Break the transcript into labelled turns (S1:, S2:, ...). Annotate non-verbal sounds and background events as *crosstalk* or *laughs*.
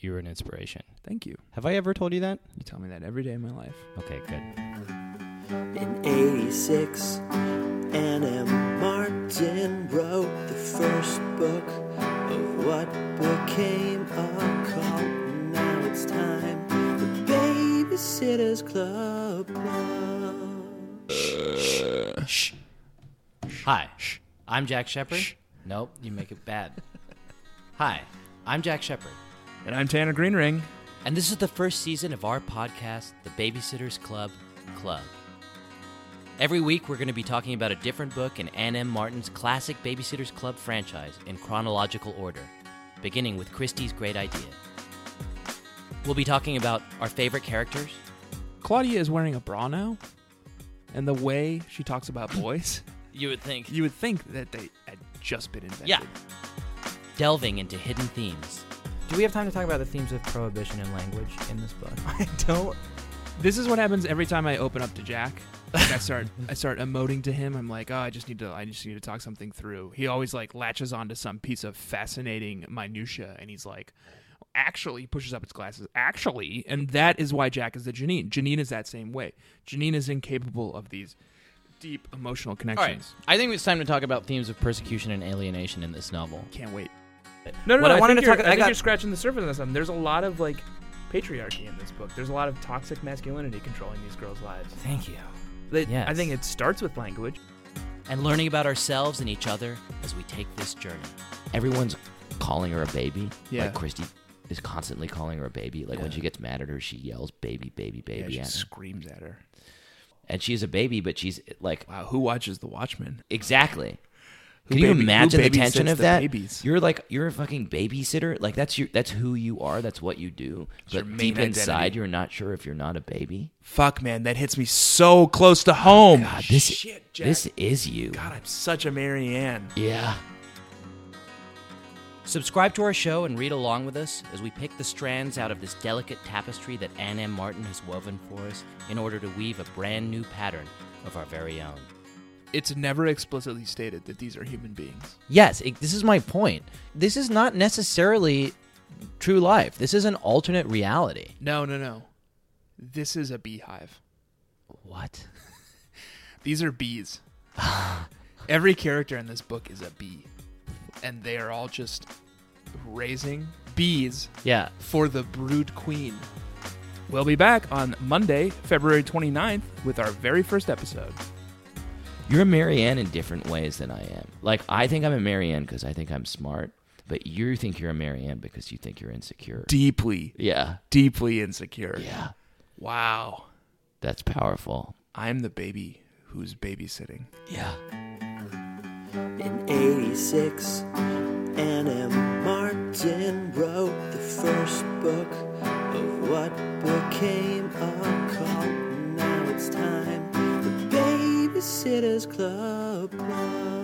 S1: you were an inspiration.
S2: Thank you.
S1: Have I ever told you that?
S2: You tell me that every day of my life.
S1: Okay, good.
S3: In 86, N.M. Martin wrote the first book of what became a cult. Now it's time for Babysitters Club.
S1: Hi, I'm Jack Shepard. Nope, you make it bad. Hi, I'm Jack Shepard,
S2: And I'm Tanner Greenring.
S1: and this is the first season of our podcast, The Babysitters Club Club. Every week, we're going to be talking about a different book in Anne M. Martin's classic Babysitters Club franchise in chronological order, beginning with Christie's Great Idea. We'll be talking about our favorite characters,
S2: Claudia is wearing a bra now, and the way she talks about *laughs* boys,
S1: you would think,
S2: you would think that they had just been invented.
S1: Yeah. delving into hidden themes.
S4: Do we have time to talk about the themes of prohibition and language in this
S1: *laughs*
S4: book? I don't.
S2: This is what happens every time I open up to Jack. Like I start, *laughs* I start emoting to him. I'm like, oh, I just need to, I just need to talk something through. He always like latches onto some piece of fascinating minutia, and he's like, actually, he pushes up his glasses, actually, and that is why Jack is the Janine. Janine is that same way. Janine is incapable of these deep emotional
S1: All right,
S2: connections.
S1: I think it's time to talk about themes of persecution and alienation in this novel.
S2: Can't wait. No, no,
S4: What
S2: no.
S4: I
S2: I,
S4: wanted
S2: think
S4: to
S2: you're-
S4: talk-
S2: I,
S4: I
S2: think
S4: got-
S2: you're scratching the surface on something. There's a lot of like patriarchy in this book. There's a lot of toxic masculinity controlling these girls' lives.
S4: Thank you.
S2: They- I
S1: Yes.
S2: think it starts with language.
S1: and learning about ourselves and each other as we take this journey. Everyone's calling her a baby.
S2: Yeah.
S1: Like Christy is constantly calling her a baby. Like when she gets mad at her, she yells "baby, baby, baby" at her.
S2: screams at her.
S1: And she's a baby, but she's like
S2: Wow, who watches The Watchmen?
S1: exactly.
S2: Who
S1: Can you
S2: baby- who
S1: imagine the
S2: babysits
S1: tension of
S2: the
S1: that?
S2: babies?
S1: You're like you're a fucking babysitter. Like that's your that's who you are. That's what you do.
S2: your
S1: but
S2: main
S1: deep inside,
S2: identity.
S1: you're not sure if you're not a baby.
S2: Fuck, man, that hits me so close to home.
S1: God, this
S2: Ah, Shit, Jack.
S1: this is you.
S2: God, I'm such a Marianne.
S1: Yeah. Subscribe to our show and read along with us as we pick the strands out of this delicate tapestry that Anne M. Martin has woven for us in order to weave a brand new pattern of our very own.
S2: It's never explicitly stated that these are human beings.
S5: Yes, it, this is my point. This is not necessarily true life. This is an alternate reality.
S2: No, no, no. This is a beehive.
S5: What?
S2: These are bees. *sighs* Every character in this book is a bee, and they are all just raising bees
S5: Yeah.
S2: for the brood queen. We'll be back on Monday, February 29th, with our very first episode.
S1: You're Marianne in different ways than I am. Like, I think I'm a Marianne because I think I'm smart, but you think you're a Marianne because you think you're insecure.
S2: Deeply,
S1: yeah.
S2: deeply insecure.
S1: Yeah.
S2: Wow.
S1: That's powerful.
S2: I'm the baby who's babysitting.
S1: Yeah.
S3: In 86, N.M. Martin wrote the first book of what became a cult. Now it's time for Babysitters Club.